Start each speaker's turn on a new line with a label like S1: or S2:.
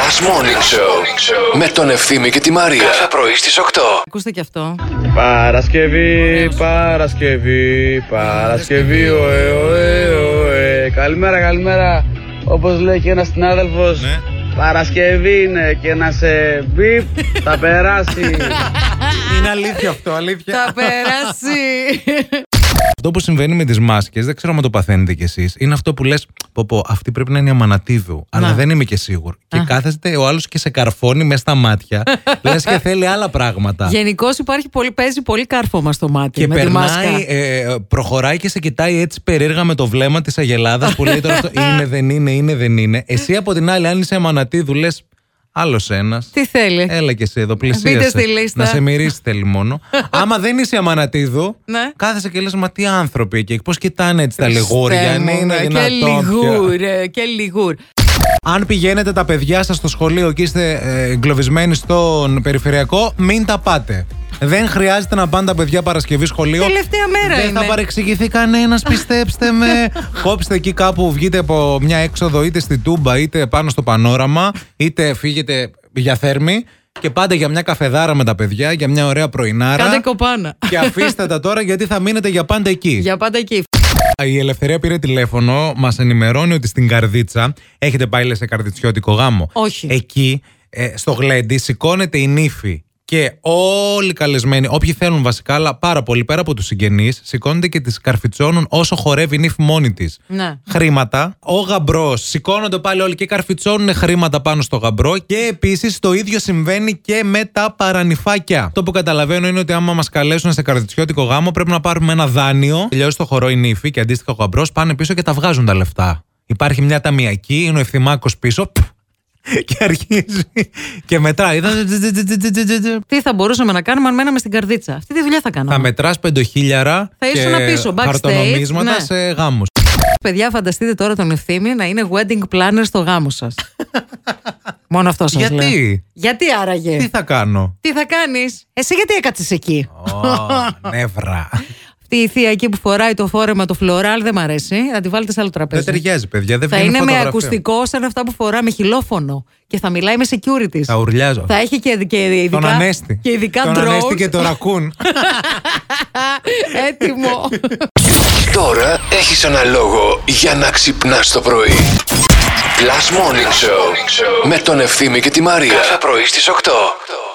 S1: Last Morning Show με τον Ευθύμη και τη Μαρία. Κάθε πρωί στις 8.
S2: Ακούστε και αυτό.
S3: Παρασκευή,
S2: Ωραίος.
S3: Παρασκευή, Παρασκευή, ωε, ωε, ωε. Καλημέρα, καλημέρα. Όπως λέει και ένας συνάδελφος,
S4: Ναι.
S3: Παρασκευή είναι και να σε μπιπ, θα περάσει.
S4: Είναι αλήθεια αυτό, αλήθεια.
S2: Θα περάσει.
S4: αυτό που συμβαίνει με τις μάσκες, δεν ξέρω αν το παθαίνετε κι εσείς, είναι αυτό που λες: Πω, πω, αυτή πρέπει να είναι η αμανατίδου. Αλλά
S2: Να.
S4: δεν είμαι και σίγουρο. Και κάθεστε ο άλλος και σε καρφώνει μέσα στα μάτια. λες και θέλει άλλα πράγματα.
S2: Γενικώς υπάρχει πολύ, παίζει πολύ κάρφωμα στο μάτι.
S4: Και
S2: με τη
S4: περνάει,
S2: μάσκα.
S4: ε, προχωράει και σε κοιτάει έτσι περίεργα με το βλέμμα της Αγελάδας που λέει τώρα αυτό είναι, δεν είναι, είναι, δεν είναι. Εσύ από την άλλη, αν είσαι αμανατίδου, λες άλλος ένας.
S2: Τι θέλει.
S4: Έλα και εσύ εδώ, πλησίασε.
S2: Μπείτε στη λίστα.
S4: Να σε μυρίσει θέλει μόνο. Άμα δεν είσαι αμανατίδου,
S2: Ναι.
S4: κάθεσαι και λες μα τι άνθρωποι εκεί. Πώς κοιτάνε έτσι τα
S2: Χριστέ
S4: λιγούρια,
S2: μου,
S4: αν είναι
S2: ναι, Και
S4: δυνατόν πια.
S2: λιγούρ, ε, και λιγούρ.
S4: Αν πηγαίνετε τα παιδιά σας στο σχολείο και είστε ε, εγκλωβισμένοι στον περιφερειακό, μην τα πάτε. Δεν χρειάζεται να πάνε τα παιδιά Παρασκευή σχολείο.
S2: Τελευταία μέρα
S4: Δεν
S2: είναι.
S4: θα παρεξηγηθεί κανένας, πιστέψτε με. Κόψτε εκεί κάπου, βγείτε από μια έξοδο, είτε στη τούμπα, είτε πάνω στο πανόραμα, είτε φύγετε για θέρμη και πάτε για μια καφεδάρα με τα παιδιά, για μια ωραία πρωινάρα.
S2: Κάντε κοπάνα.
S4: Και αφήστε τα τώρα γιατί θα μείνετε για πάντα εκεί.
S2: Για πάντα εκεί.
S4: Η Ελευθερία πήρε τηλέφωνο, μας ενημερώνει ότι στην Καρδίτσα. Έχετε πάει, λες, σε καρδιτσιώτικο γάμο.
S2: Όχι.
S4: Εκεί, ε, στο γλέντι, σηκώνεται η νύφη. Και όλοι οι καλεσμένοι, όποιοι θέλουν βασικά, αλλά πάρα πολύ πέρα από τους συγγενείς, σηκώνονται και τις καρφιτσώνουν όσο χορεύει η νύφη μόνη της.
S2: Ναι.
S4: Χρήματα. Ο γαμπρό. Σηκώνονται πάλι όλοι και καρφιτσώνουν χρήματα πάνω στο γαμπρό. Και επίσης το ίδιο συμβαίνει και με τα παρανυφάκια. Το που καταλαβαίνω είναι ότι άμα μας καλέσουν σε καρδιτσιώτικο γάμο, πρέπει να πάρουμε ένα δάνειο. Τελειώσει το χορό η νύφη και αντίστοιχα ο γαμπρός πάνε πίσω και τα βγάζουν τα λεφτά. Υπάρχει μια ταμιακή, είναι ο ευθυμάκο πίσω. πφ, Και αρχίζει και μετράει.
S2: Τι θα μπορούσαμε να κάνουμε αν μέναμε στην καρδίτσα. Αυτή τη δουλειά θα κάναμε.
S4: Θα μετράς πεντοχίλιαρα.
S2: Θα
S4: και
S2: ήσουν πίσω, backstage,
S4: χαρτονομίσματα
S2: ναι.
S4: σε γάμους.
S2: Παιδιά, φανταστείτε τώρα τον ευθύμη να είναι wedding planner στο γάμο σας. Μόνο αυτό σας λέω.
S4: Γιατί?
S2: Γιατί άραγε.
S4: Τι θα κάνω.
S2: Τι θα κάνεις. Εσύ γιατί έκατσες εκεί.
S4: Ω, νεύρα.
S2: Αυτή η θεία εκεί που φοράει το φόρεμα το φλωράλ δεν μ' αρέσει. Να τη βάλετε σε άλλο τραπέζι.
S4: Δεν ταιριάζει, παιδιά. Δεν
S2: Θα
S4: βγαίνει
S2: είναι με
S4: φωτογραφία.
S2: ακουστικό σαν αυτά που φορά με χιλόφωνο. Και θα μιλάει με security.
S4: Θα ουρλιάζω.
S2: Θα έχει και, και ειδικά.
S4: Τον Ανέστη.
S2: Και ειδικά
S4: Τον
S2: drones.
S4: Ανέστη και τον Ρακούν.
S2: Έτοιμο.
S1: Τώρα έχεις ένα λόγο για να ξυπνάς το πρωί. Last Morning Show με τον Ευθύμη και τη Μαρία. Κάθε πρωί στις 8.